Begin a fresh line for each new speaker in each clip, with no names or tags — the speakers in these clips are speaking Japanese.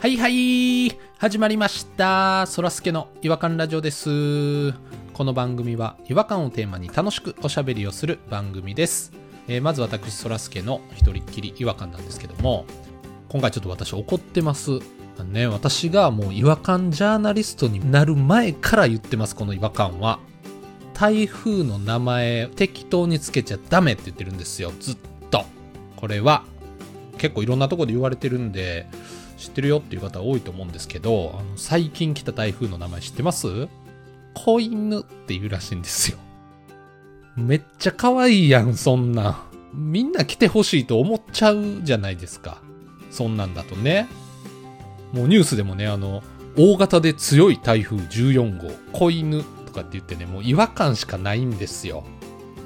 はいはい始まりましたそらすけの違和感ラジオですこの番組は違和感をテーマに楽しくおしゃべりをする番組です、えーまず私そらすけの一人っきり違和感なんですけども今回ちょっと私怒ってますね私がもう違和感ジャーナリストになる前から言ってますこの違和感は台風の名前適当につけちゃダメって言ってるんですよずっとこれは結構いろんなとこで言われてるんで知ってるよっていう方多いと思うんですけどあの最近来た台風の名前知ってます子犬っていうらしいんですよめっちゃ可愛いやんそんなんみんな来てほしいと思っちゃうじゃないですかそんなんだとねもうニュースでもねあの大型で強い台風14号子犬とかって言ってねもう違和感しかないんですよ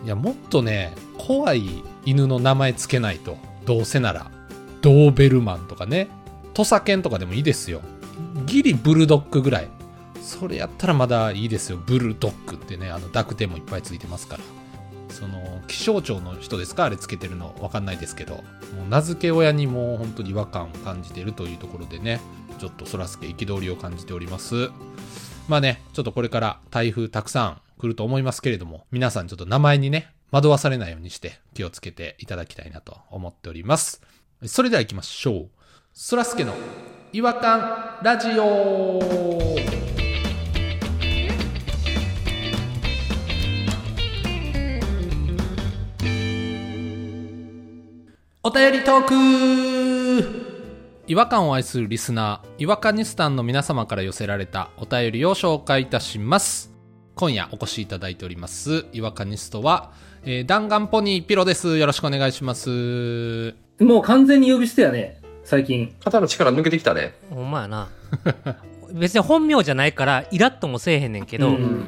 いやもっとね怖い犬の名前つけないとどうせならドーベルマンとかね土佐犬とかでもいいですよギリブルドッグぐらいそれやったらまだいいですよブルドッグってねあのダクテもいっぱいついてますからその気象庁の人ですかあれつけてるのわかんないですけどもう名付け親にもう本当に違和感を感じてるというところでねちょっとそらすけ憤りを感じておりますまあねちょっとこれから台風たくさん来ると思いますけれども皆さんちょっと名前にね惑わされないようにして気をつけていただきたいなと思っておりますそれでは行きましょうそらすけの違和感ラジオお便りトーク違和感を愛するリスナー違和感ニスタンの皆様から寄せられたお便りを紹介いたします今夜お越しいただいております違和感ニストは、えー弾丸ポニーピロですよろしくお願いします
もう完全に呼び捨てやね、最近。
肩の力抜けてきたね。
ほんまやな別に本名じゃないからイラッともせえへんねんけど、
うん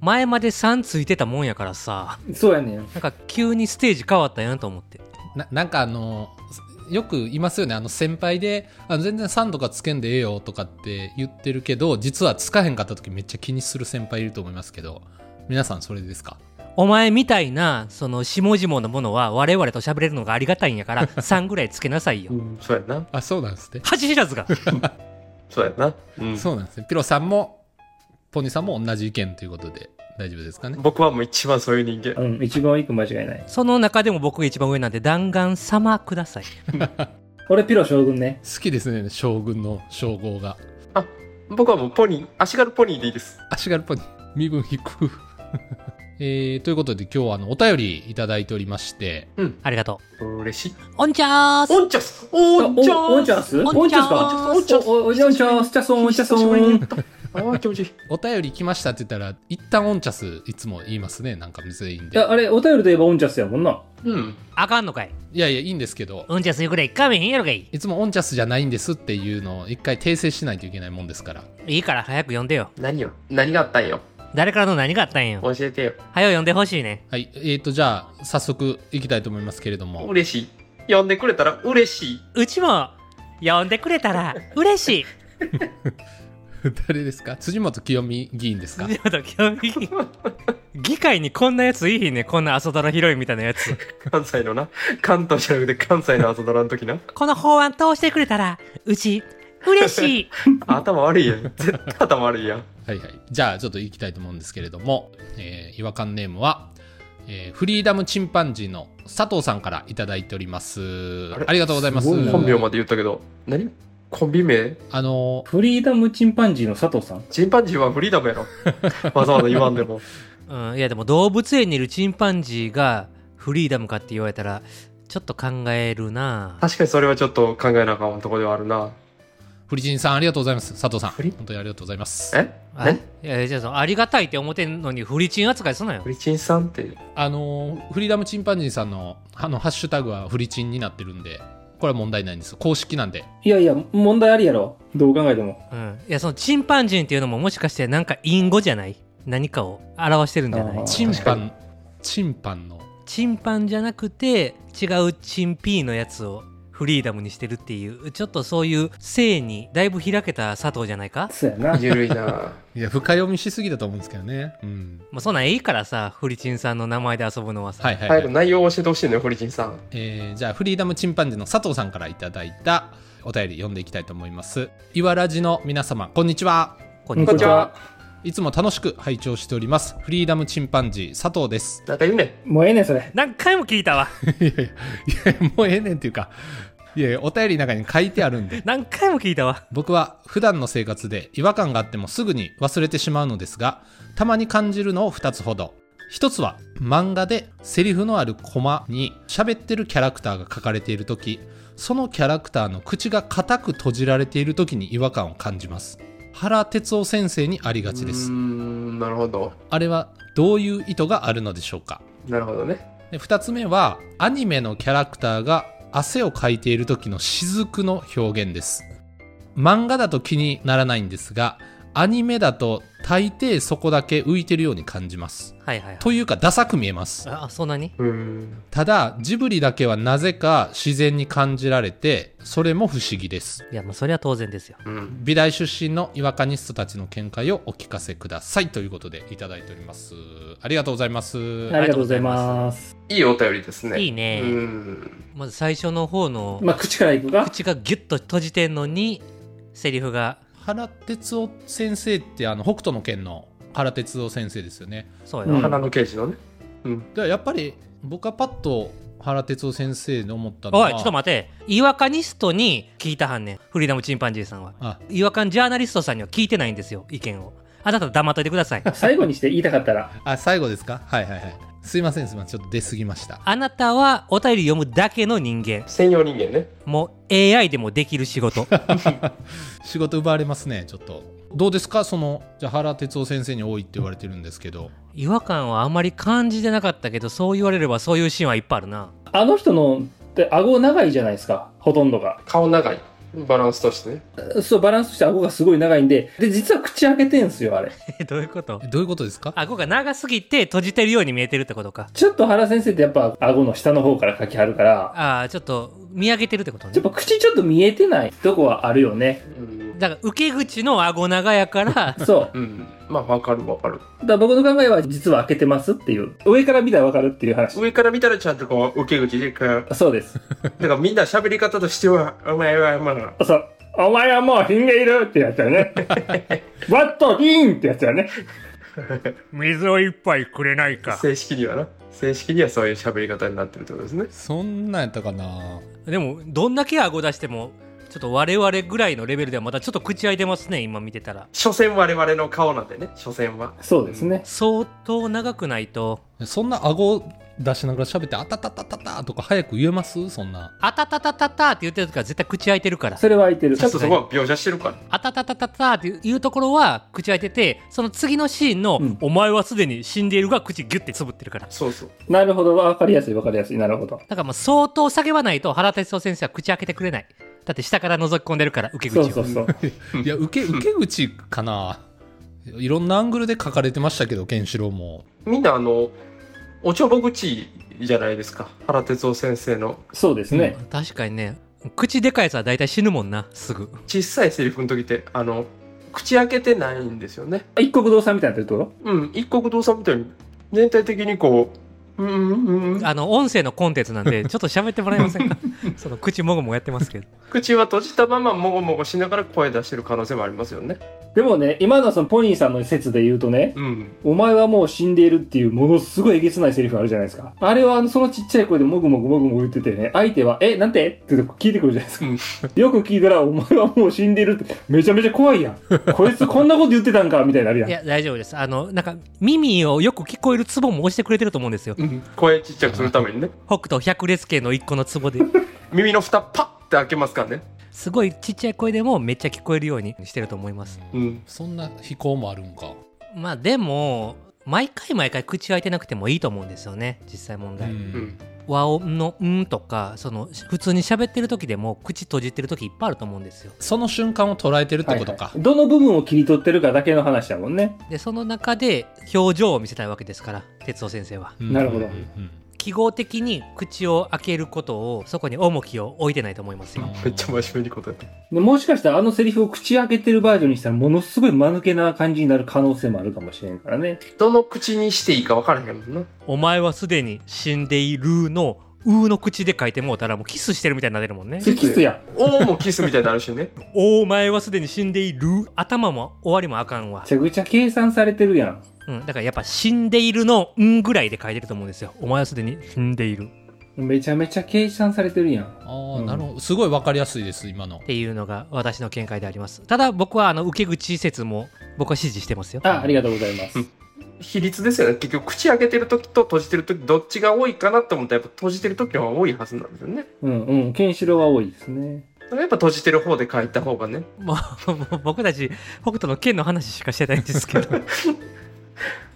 前までさんついてたもんやからさ
そうやねん。
なんか急にステージ変わったんやなと思って
ななんかあのよくいますよねあの先輩であの全然3とかつけんでええよとかって言ってるけど実はつかへんかった時めっちゃ気にする先輩いると思いますけど皆さんそれですか
お前みたいなその下々のものは我々と喋れるのがありがたいん やから3ぐらいつけなさいよ
うん
そうやんな。
あそうなんですね、
恥知らずが
そうやんな。うん
そうなんですねピロさんもポニーさんも同じ意見ということで大丈夫ですかね
僕はもう一番そういう人間。
うん、一番いいく間違いない。
その中でも僕が一番上なんで弾丸様ください
俺、ピロ将軍ね。
好きですね将軍の称号が
僕はもうポニー、足軽ポニーでいいです。
足軽っぽい身分低く えー、ということで今日はあのお便りいただいておりまして
ありがと
嬉しい。
うおんちゃーす
オンチャスオンチャス
おおんちゃんす
お
お
ん
ん
ち
ち
ゃ
ゃん
ん
す
す
か
おんちゃんす
おおじゃんちゃんす、ちゃそん、おんちゃそん。
ああ、気持ちいい。
お便り来ましたって言ったら一旦オンチャスいつも言いますねなんか全員
い
で
や、あれ、お便りといえばおんちゃんすやもんな。
うん。
あかんのかい
いやいや、いいんですけど、
うんちゃするぐらいかめへんやろかい
いつもオンチャスじゃないんですっていうのを一回訂正しないといけないもんですから。
いいから早く呼んでよ
何よ何があったんよ
誰からの何があったんよ
教えてよ。
早よ呼んでほしいね
はい、えーと、じゃあ、早速いきたいと思いますけれども、
嬉しい。呼んでくれたら嬉しい。
うちも呼んでくれたら嬉しい。
誰ですか辻元清美議員ですか
辻元清美議会にこんなやついいひんねこんな朝ドラヒロインみたいなやつ。
関西のな。関東じゃなくて関西の朝ドラの時な。
この法案通してくれたら、うち、嬉しい。
頭悪いやん。絶対頭悪いやん。
はいはい。じゃあ、ちょっといきたいと思うんですけれども、えー違和感ネームは、えーフリーダムチンパンジーの佐藤さんからいただいております。
あ
あ
れ
りがとうございます。
すごいな
本名まで言ったけど。何コンビ名
あのー、
フリーダムチンパンジーの佐藤さん。
チンパンジーはフリーダムやろ。わざわざ言わんでも。
うん、いやでも動物園にいるチンパンジーがフリーダムかって言われたら、ちょっと考えるな
確かにそれはちょっと考えなあかんとこではあるな。
フリチンさんありがとうございます。佐藤さん、
フリ
本当にありがとうございます。
え
あいや、じゃあそのありがたいって思ってんのにフリチン扱いすなよ
フ。リチンさんって。
あのーフリーダムチンパンジーさんのあのハッシュタグはフリチンになってるんでこれは問題ないんです公式なんで
いやいや、問題ありやろ。どう考えても。
うん。いや、そのチンパンジーっていうのももしかしてなんか隠語じゃない何かを表してるんじゃない
あー
チンパンチンパンの
チンパンじゃなくて違うチンピーのやつをフリーダムにしてるっていうちょっとそういう性にだいぶ開けた佐藤じゃないか
そうやな。
ゆるいない
や深読みしすぎだと思うんですけどねうん
まあそんなんいいからさフリチンさんの名前で遊ぶのはさ、
はいはい、はい
早く内容を教えてほしいのよ、堀ンさん。
えーじゃあフリーダムチンパンジーの佐藤さんからいただいた、お便り読んでいきたいと思いますいわらじの皆様こんにちは
こ
こん
ん
にち
にち
は。
は。
いつも楽しく拝聴しておりますフリーダムチンパンジー佐藤です
なんか言うね
もうええねん、それ。
何回も聞いたわ。
いやいやいやもうええねんっていうかいやいやお便りの中に書いてあるんで
何回も聞い たわ。
僕は普段の生活で違和感があってもすぐに忘れてしまうのですがたまに感じるのを2つほど1つは漫画でセリフのあるコマに喋ってるキャラクターが書かれている時そのキャラクターの口が固く閉じられている時に違和感を感じます原哲夫先生にありがちで
うー
す
んなるほど
あれはどういう意図があるのでしょうか
なるほどね
で2つ目はアニメのキャラクターが汗をかいている時の雫の表現です漫画だと気にならないんですがアニメだと大抵そこだけ浮いてるように感じます
はいはいはい。
というかダサく見えます
あ、そんなに
うーん
ただジブリだけはなぜか自然に感じられてそれも不思議です
いや、まあ、それは当然ですよ。
うん
美大出身の違和感ニストたちの見解をお聞かせくださいということでいただいておりますありがとうございます
ありがとうございます。
いいお便りですね
いいうね。
ん
まず最初の方の、
まあ、口からいくか。
口がギュッと閉じてんのに、セリフが、
原哲夫先生ってあの北斗の拳の原哲夫先生ですよね
そう
う
よ。
ん
花の刑事のねうん
でやっぱり僕はパッと原哲夫先生の思ったの
お、
はい
ちょっと待て。違和感ニストに聞いたはんねん。フリーダムチンパンジーさんは。
あ
違和感ジャーナリストさんには聞いてないんですよ、意見を。あなた黙っといてください。
最後にして言いたかったら。
あ最後ですかはいはいはいすいませんすいませんちょっと出過ぎました
あなたはお便り読むだけの人間。
専用人間ね
もう AI でもできる仕事。
仕事奪われますねちょっとどうですかそのじゃあ原哲夫先生に多いって言われてるんですけど
違和感はあんまり感じてなかったけど、そう言われればそういうシーンはいっぱいあるな。
あの人の、って顎長いじゃないですか。ほとんどが。
顔長いバランスとしてね
そう、バランスとして顎がすごい長いんで。で、実は口開けてんすよ、あれ。
え、どういうこと
えどういうことですか
顎が長すぎて閉じてるように見えてるってことか。
ちょっと原先生ってやっぱ顎の下の方から書きはるから、
ああ、ちょっと見上げてるってこと
や
ね
っ。ぱ口ちょっと見えてないとこはあるよね。、
うん、
だから受け口の顎長やから
そう。
うん、まあわかるわかる
だから僕の考えは実は開けてますっていう。上から見たらわかるっていう話。
上から見たらちゃんとこう受け口でこう
そうです。
だからみんな喋り方としてはお前はまあ
そう。お前はもう品がいるってやつだよね。 ワットリンってやつだよね。
水を一杯くれないか。
正式にはな正式にはそういう喋り方になってるってことですね
そんなんやったかな
でも、どんだけ顎出しても、ちょっと我々ぐらいのレベルではまたちょっと口開いてますね、今見てたら。
所詮我々の顔なんでね所詮は
そうですね。
相当長くないと、
そんな顎出しながら喋って「あたたたたた」とか早く言えますそんな
あたたたたたって言ってる時は絶対口開いてるから。
それは開いてる
ち。ゃんとそこは描写してるから
あたたたたたっていうところは口開いてて、その次のシーンの、
うん
お前はすでに死んでいるが口ギュッてつぶってるから。
そうそう
なるほど。わかりやすいわかりやすい。なるほど。
だからもう相当叫ばないと原哲夫先生は口開けてくれない。だって下から覗き込んでるから、受け口
そ
を。
うそうそう。
いや受け受け口かないろんなアングルで書かれてましたけどケンシロウも
みんなあのおちょぼ口じゃないですか原哲夫先生の
そうですね。
確かにね、口でかいやつは大体死ぬもんな、すぐ。
小さいセリフの時ってあの口開けてないんですよね
一国道産みたいになってるってこ
うん一国道さんみたいに全体的にこううんうんうん
あの、音声のコンテンツなん で、ちょっと喋ってもらえませんかその口もごもやってますけど。
口は閉じたままもごもごしながら声出してる可能性もありますよね
とでもね、今のそのポニーさんの説で言うとね、
うん
お前はもう死んでいるっていうものすごいえげつないセリフあるじゃないですか。あれはあのそのちっちゃい声でもぐもぐもぐもぐ言っててね、相手は、え、なんてって聞いてくるじゃないです か。よく聞いたら、お前はもう死んでいるって、めちゃめちゃ怖いやん。こいつこんなこと言ってたんかみたいになるやん。
いや、大丈夫です。あの、なんか、耳をよく聞こえるツボも押してくれてると思うんですよ。
うん声ちっちゃくするためにね
北斗百裂系の一個のツボで。
耳の蓋パッて開けますからね
すごいちっちゃい声でもめっちゃ聞こえるようにしてると思います。
うん
そんな飛行もあるんか
まあでも、毎回毎回口開いてなくてもいいと思うんですよね、実際問
う
題。
ん
和音の「ん」とかその普通に喋ってる時でも口閉じてる時いっぱいあると思うんですよ
その瞬間を捉えてるってことか、
はいはいどの部分を切り取ってるかだけの話だもんね。
でその中で表情を見せたいわけですから哲夫先生は
うん
なるほど
うんうん
記号的に口を開けることをそこに重きを置いてないと思いますよ
うん
めっちゃ真面目に答えた
でもしかしたらあのセリフを口開けてるバージョンにしたらものすごい間抜けな感じになる可能性もあるかもしれんからね。
どの口にしていいか分からへんもんな
お前はすでに死んでいるのうーの口で書いてもうたらもうキスしてるみたいになれるもんね
それキスや。
おーもキスみたいになるしね。
お前はすでに死んでいる頭も終わりもあかんわ
めちゃくちゃ計算されてるやん。
うん、だからやっぱ死んでいるの「うん」ぐらいで書いてると思うんですよお前はすでに死んでいるっ
めちゃめちゃ計算されてるやん。
ああ、
うん
なるほどすごい分かりやすいです今の
ていうのが私の見解でありますただ僕はあの受け口説も僕は支持してますよ
あ、ありがとうございます
うん。比率ですよね。結局、口開けてる時と閉じてる時どっちが多いかなと思ったら、やっぱ閉じてる時の方が多いはずなんですよね。
うんうん。ケンシロウは多いですね。
だからやっぱ閉じてる方で書いた方がね。
もうもう僕たち北斗の剣の話しかしてないんですけど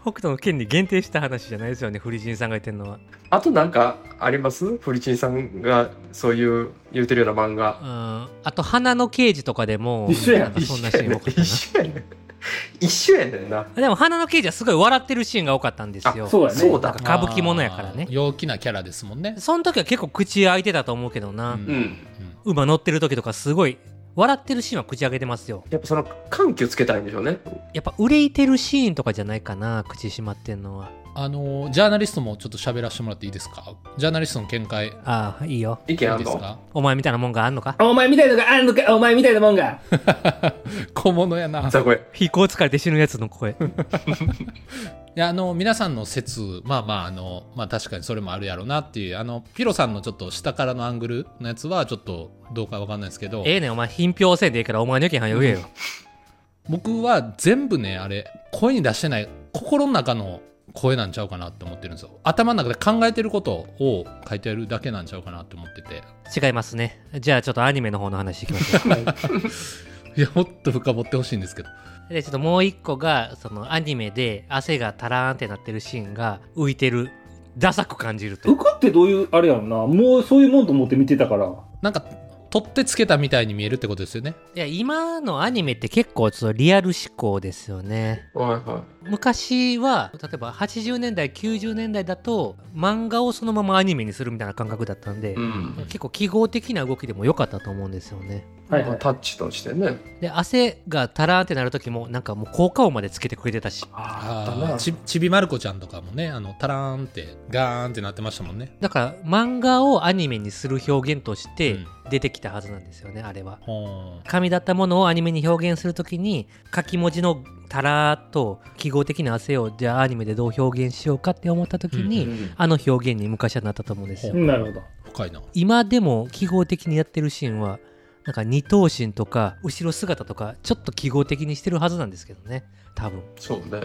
北斗の剣に限定した話じゃないですよねフリジンさんが言ってるのは
あとなんかありますフリチンさんがそういう言うてるような漫
う
画。
んあと花の刑事とかでも
一緒やん
なんかそんなシーン多かった
一緒やねん。一緒やねんな。
なでも花の刑事はすごい笑ってるシーンが多かったんですよ
あそうやね
そうだ
なんか歌舞伎ものやからね
あー陽気なキャラですもんね
その時は結構口開いてたと思うけどな、
うん
うん。
馬乗ってる時とかすごい笑ってるシーンは口開けてますよ
やっぱその緩急つけたいんでしょうね。
やっぱ憂いてるシーンとかじゃないかな口閉まってんのは
あのージャーナリストもちょっと喋らせてもらっていいですかジャーナリストの見解い
ああいいよ
意見あ
い
る
です
の
か
お前みたいなもんがあんのか
お前みたいのがあんのかお前みたいなもんが
小物やな
ザコエ。
飛行疲れて死ぬやつの声
いやあの皆さんの説まあまああの、まあ、確かにそれもあるやろうなっていうあのピロさんのちょっと下からのアングルのやつはちょっとどうかわかんないですけど
ええねんお前品評せんでいいからお前の意見は言えよ
僕は全部ねあれ声に出してない心の中の声なんちゃうかなって思ってるんですよ頭の中で考えてることを書いてるだけなんちゃうかなって思ってて
違いますねじゃあちょっとアニメの方の話いきましょ
いやもっと深掘ってほしいんですけど
うでちょっともう一個がそのアニメで汗がタラーンってなってるシーンが浮いてるダサく感じると
浮くってどういうあれやろなもうそういうもんと思って見てたから
なんか取ってつけたみたいに見えるってことですよね
いや今のアニメって結構ちょっとリアル思考ですよね
はいは
昔は例えば80年代90年代だと漫画をそのままアニメにするみたいな感覚だったんで、
い。うん。
結構記号的な動きでも良かったと思うんですよね
はい
ま
は
あ
い
タッチとしてね。
で汗がタラーンってなる時もなんかもう効果音までつけてくれてたし
ああった
あ
な
あ。ちちびまる子ちゃんとかもねあのタラーンってガーンってなってましたもんね
だから漫画をアニメにする表現として
うん
出てきたはずなんですよね、あれは
ほー
紙だったものをアニメに表現するときに書き文字のタラーと記号的な汗をじゃあアニメでどう表現しようかって思ったときに、
うん
うん
あの表現に昔はなったと思うんですよ
うんなるほど
深いな
今でも記号的にやってるシーンはなんか二頭身とか後ろ姿とかちょっと記号的にしてるはずなんですけどね多分
そうね。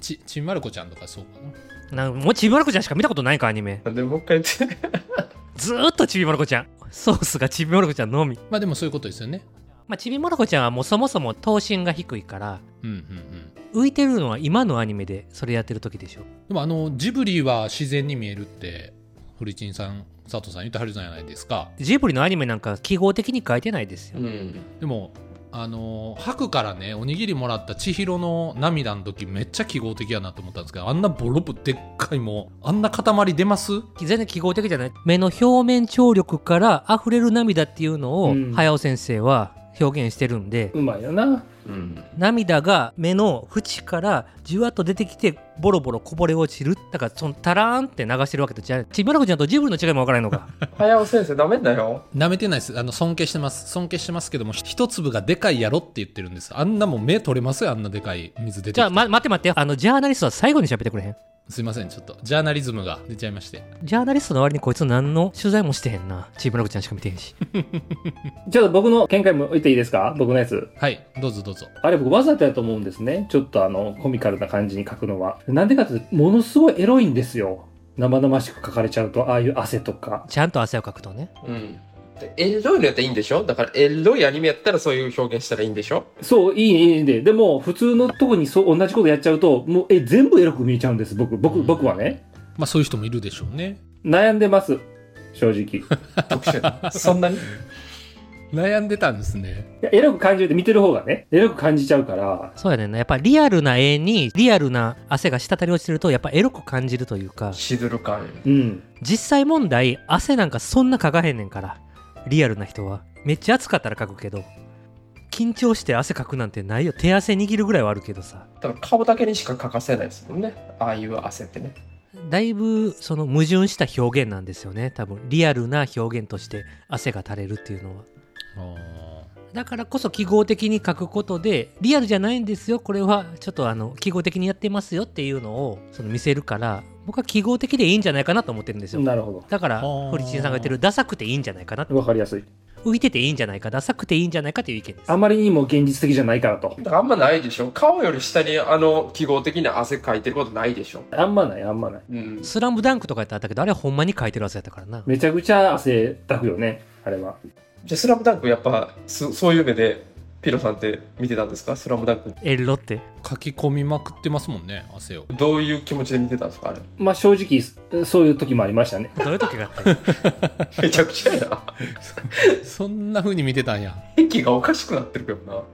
ちちちびまる子ちゃんとかそうかな
なんもうちびまる子ちゃんしか見たことないかアニメ
なんでもう一回言って。
ずーっとちびまる子ちゃんソースがちびまる子ちゃんのみ
まあでもそういうことですよね
まあちびまる子ちゃんはもうそもそも頭身が低いから
うんうんうん
浮いてるのは今のアニメでそれやってる時でしょ
でもあのジブリは自然に見えるって古市さん佐藤さん言ってはるじゃないですか
ジブリのアニメなんか記号的に書いてないですよ、
うん。
でもあの白からねおにぎりもらった千尋の涙の時めっちゃ記号的やなと思ったんですけどあんなボロボロでっかいもうあんな塊出ます
全然記号的じゃない目の表面張力から溢れる涙っていうのを、
うん
早尾先生は表現してるんで、
うまいよな
うん。
涙が目の縁からじわっと出てきてボロボロこぼれ落ちるだからそのタラーンって流してるわけと違うちびまる子ちゃんとジブリの違いも分からないのか
早尾先生ダメだよ。
舐めてないですあの尊敬してます尊敬してますけども一粒がでかいやろって言ってるんですあんなもん目取れますよあんなでかい水出てき
じゃあ、
て
ま、待って待ってあのジャーナリストは最後に喋ってくれへん
すいませんちょっとジャーナリズムが出ちゃいまして
ジャーナリストの割にこいつ何の取材もしてへんなちびまる子ちゃんしか見てへんし
ちょっと僕の見解も言っていいですか僕のやつ
はいどうぞどうぞ
あれ僕わざとやと思うんですねちょっとあのコミカルな感じに書くのはなんでかっていうとものすごいエロいんですよ生々しく書かれちゃうとああいう汗とか
ちゃんと汗をかくとね
うん。でエロいのやったらいいんでしょだからエロいアニメやったらそういう表現したらいいんでしょ
そういいねいいねででも普通のとこにそう同じことやっちゃうともうえ全部エロく見えちゃうんです僕僕僕はね
まあそういう人もいるでしょうね
悩んでます正直
特殊や なそんなに
悩んでたんですね
いやエロく感じるって見てる方がね、エロく感じちゃうから、
そうやねんなやっぱリアルな絵にリアルな汗が滴り落ちてるとやっぱエロく感じるというか
しずる感。
うん。
実際問題汗なんかそんなかかへんねんからリアルな人はめっちゃ暑かったらかくけど緊張して汗かくなんてないよ手汗握るぐらいはあるけどさ
だから顔だけにしか欠かせないですもんね。ああいう汗ってね。
だいぶその矛盾した表現なんですよね多分リアルな表現として汗が垂れるっていうのは
あ
だからこそ記号的に書くことでリアルじゃないんですよこれはちょっとあの記号的にやってますよっていうのをその見せるから僕は記号的でいいんじゃないかなと思ってるんですよ
なるほ
だから
ー
堀ちんさんが言ってるダサくていいんじゃないかな
ど。わかりやすい。
浮いてていいんじゃないかダサくていいんじゃないかという意見です
あまりにも現実的じゃないからと。
だからあんまないでしょ顔より下にあの記号的な汗かいてることないでしょ
あんまない、あんまない。
うん
スラムダンクとかやったらあったけどあれはほんまに書いてるやつやったからな
めちゃくちゃ汗だくよね、あれは。
じゃあスラムダンクやっぱそそういう目でピロさんって見てたんですかスラムダンク
エロって
ー書き込みまくってますもんね汗を
どういう気持ちで見てたんですかあれ
まあ正直、そういう時もありましたね。
どういう時があったの
めちゃくちゃやな
そんな風に見てたんや
駅がおかしくなってるけど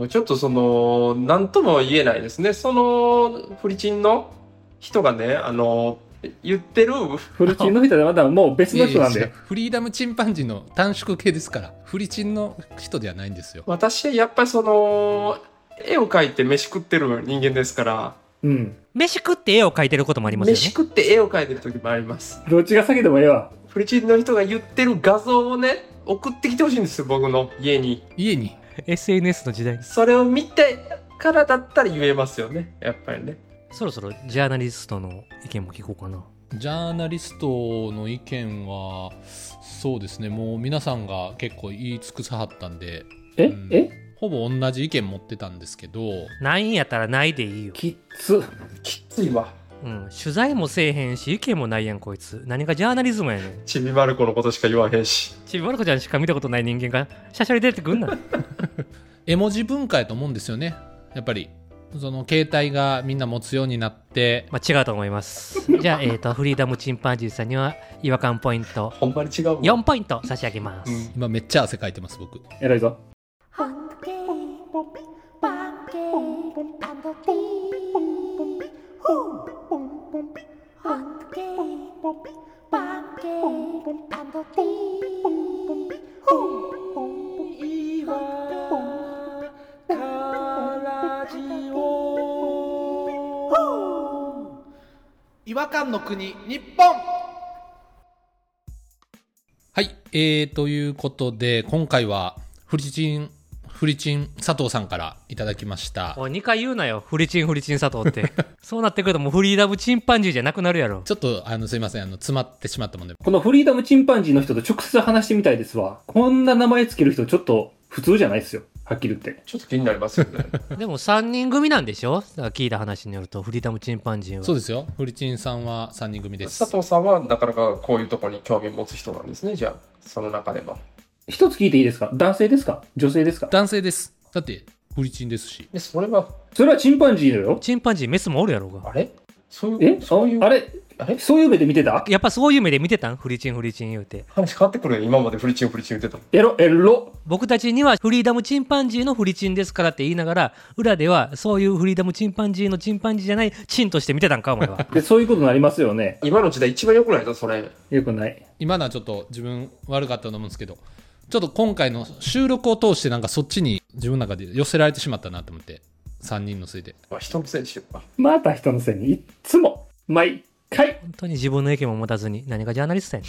なちょっとその何とも言えないですねそのフリチンの人がねあの言ってる
フルチンの人はまだもう別の人な ん
いやい
で
や違う。フリーダムチンパンジーの短縮系ですからフリチンの人ではないんですよ
私やっぱりその絵を描いて飯食ってる人間ですから
うん。
飯食って絵を描いてることもありますよ
飯
ね
食って絵を描いてる時もあります
どっちが先でもええわ。
フリチンの人が言ってる画像をね送ってきてほしいんですよ僕の家に
家に
SNS の時代
それを見てからだったら言えますよねやっぱりね
そろそろジャーナリストの意見も聞こうかな
ジャーナリストの意見はそうですねもう皆さんが結構言い尽くさはったんで
え、
うん
え
ほぼ同じ意見持ってたんですけど
ないんやったらないでいいよ、
きっつ。
きついわ
うん、取材もせえへんし意見もないやんこいつ何がジャーナリズムやねん
ちびまる子のことしか言わへんし
ちびまる子ちゃんしか見たことない人間がしゃしゃり出 てくんな
絵文字文化やと思うんですよねやっぱりその携帯がみんな持つようになって
まあ違うと思いますじゃあ、えー、とフリーダムチンパンジーさんには違和感ポイント
ほんまに違うもん
4ポイント差し上げます、
うん
今めっちゃ汗かいてます僕
偉いぞ。
Hungry.
違和感の国日本
はいえー、ということで今回はフリチンフリチン佐藤さんからいただきました
おい2回言うなよフリチンフリチン佐藤って そうなってくるともうフリーダムチンパンジーじゃなくなるやろ
ちょっとあのすいませんあの詰まってしまったもんで
このフリーダムチンパンジーの人と直接話してみたいですわ。こんな名前つける人ちょっと普通じゃないですよ。はっきり言って。
ちょっと気になりますよね
でも3人組なんでしょだから聞いた話によるとフリーダムチンパンジーは
そうですよフリチンさんは3人組です
佐藤さんはなかなかこういうところに興味持つ人なんですねじゃあその中でも
一つ聞いていいですか男性ですか女性ですか
男性ですだってフリチンですし
でそれは
それはチンパンジーだよ。
チンパンジーメスもおるやろうが
あれそうい
え
うそういう
あれ
あれ
そういう目で見てた
やっぱそういう目で見てたんフリチンフリチン言うて
話変わってくるよ今までフリチンフリチン言ってた
エロ、エロ。
僕たちにはフリーダムチンパンジーのフリチンですからって言いながら裏ではそういうフリーダムチンパンジーのチンパンジーじゃないチンとして見てたんかお 前は
で、そういうことになりますよね。
今の時代一番良くないぞそれ
よくない。
今のはちょっと自分悪かったと思うんですけどちょっと今回の収録を通してなんかそっちに自分の中で寄せられてしまったなと思って3人のせいで
まあ人のせいにしようか
また人のせいに、いっつも、毎回。
本当に自分の意見も持たずに何がジャーナリストや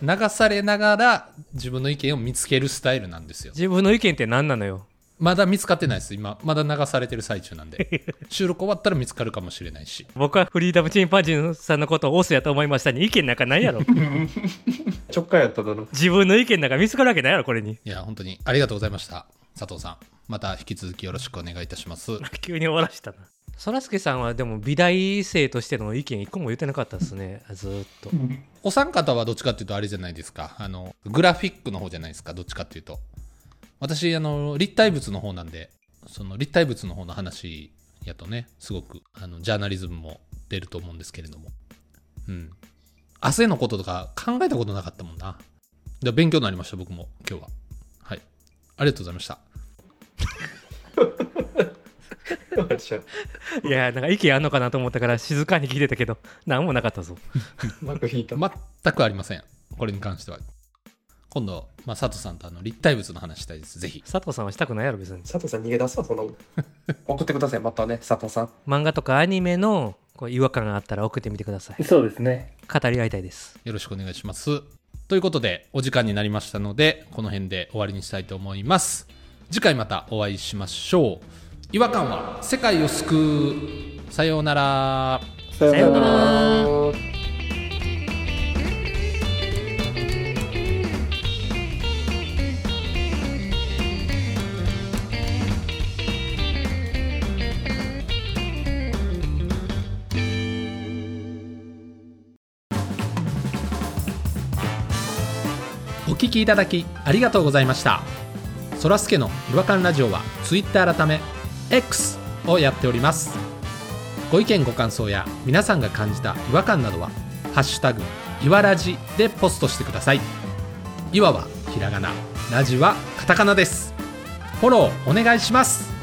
ねん
流されながら自分の意見を見つけるスタイルなんですよ
自分の意見って何なのよ
まだ見つかってないです今まだ流されてる最中なんで収録終わったら見つかるかもしれないし
僕はフリーダムチンパンジーさんのことをオスやと思いましたに意見なんかないやろ
直感やった だろ
自分の意見なんか見つかるわけないやろこれに
いや本当にありがとうございました佐藤さんまた引き続きよろしくお願いいたします
急に終わらしたなそらすけさんはでも美大生としての意見一個も言ってなかったですねずーっと
お三方はどっちかっていうとあれじゃないですかあのグラフィックの方じゃないですかどっちかっていうと私あの立体物の方なんでその立体物の方の話やとねすごくあのジャーナリズムも出ると思うんですけれどもうん汗のこととか考えたことなかったもんなで勉強になりました僕も今日ははいありがとうございました
いやなんか意見あんのかなと思ったから静かに聞いてたけ ど何もなかったぞ
うまく引いた
全くありませんこれに関しては今度、まあ、佐藤さんとあの立体物の話したいですぜひ
佐藤さんはしたくないやろ別に
佐藤さん逃げ出すわその送ってくださいまたね佐藤さん
漫画とかアニメのこう違和感があったら送ってみてください。
そうですね。
語り合いたいです。
よろしくお願いします。ということで、お時間になりましたので、この辺で終わりにしたいと思います。次回またお会いしましょう。違和感は世界を救う。さようなら。
さようなら。
お聞きいただきありがとうございましたそらすけの違和感ラジオは Twitter 改め X をやっておりますご意見ご感想や皆さんが感じた違和感などは「ハッシュタグいわらじ」でポストしてくださいいわはひらがなラジはカタカナですフォローお願いします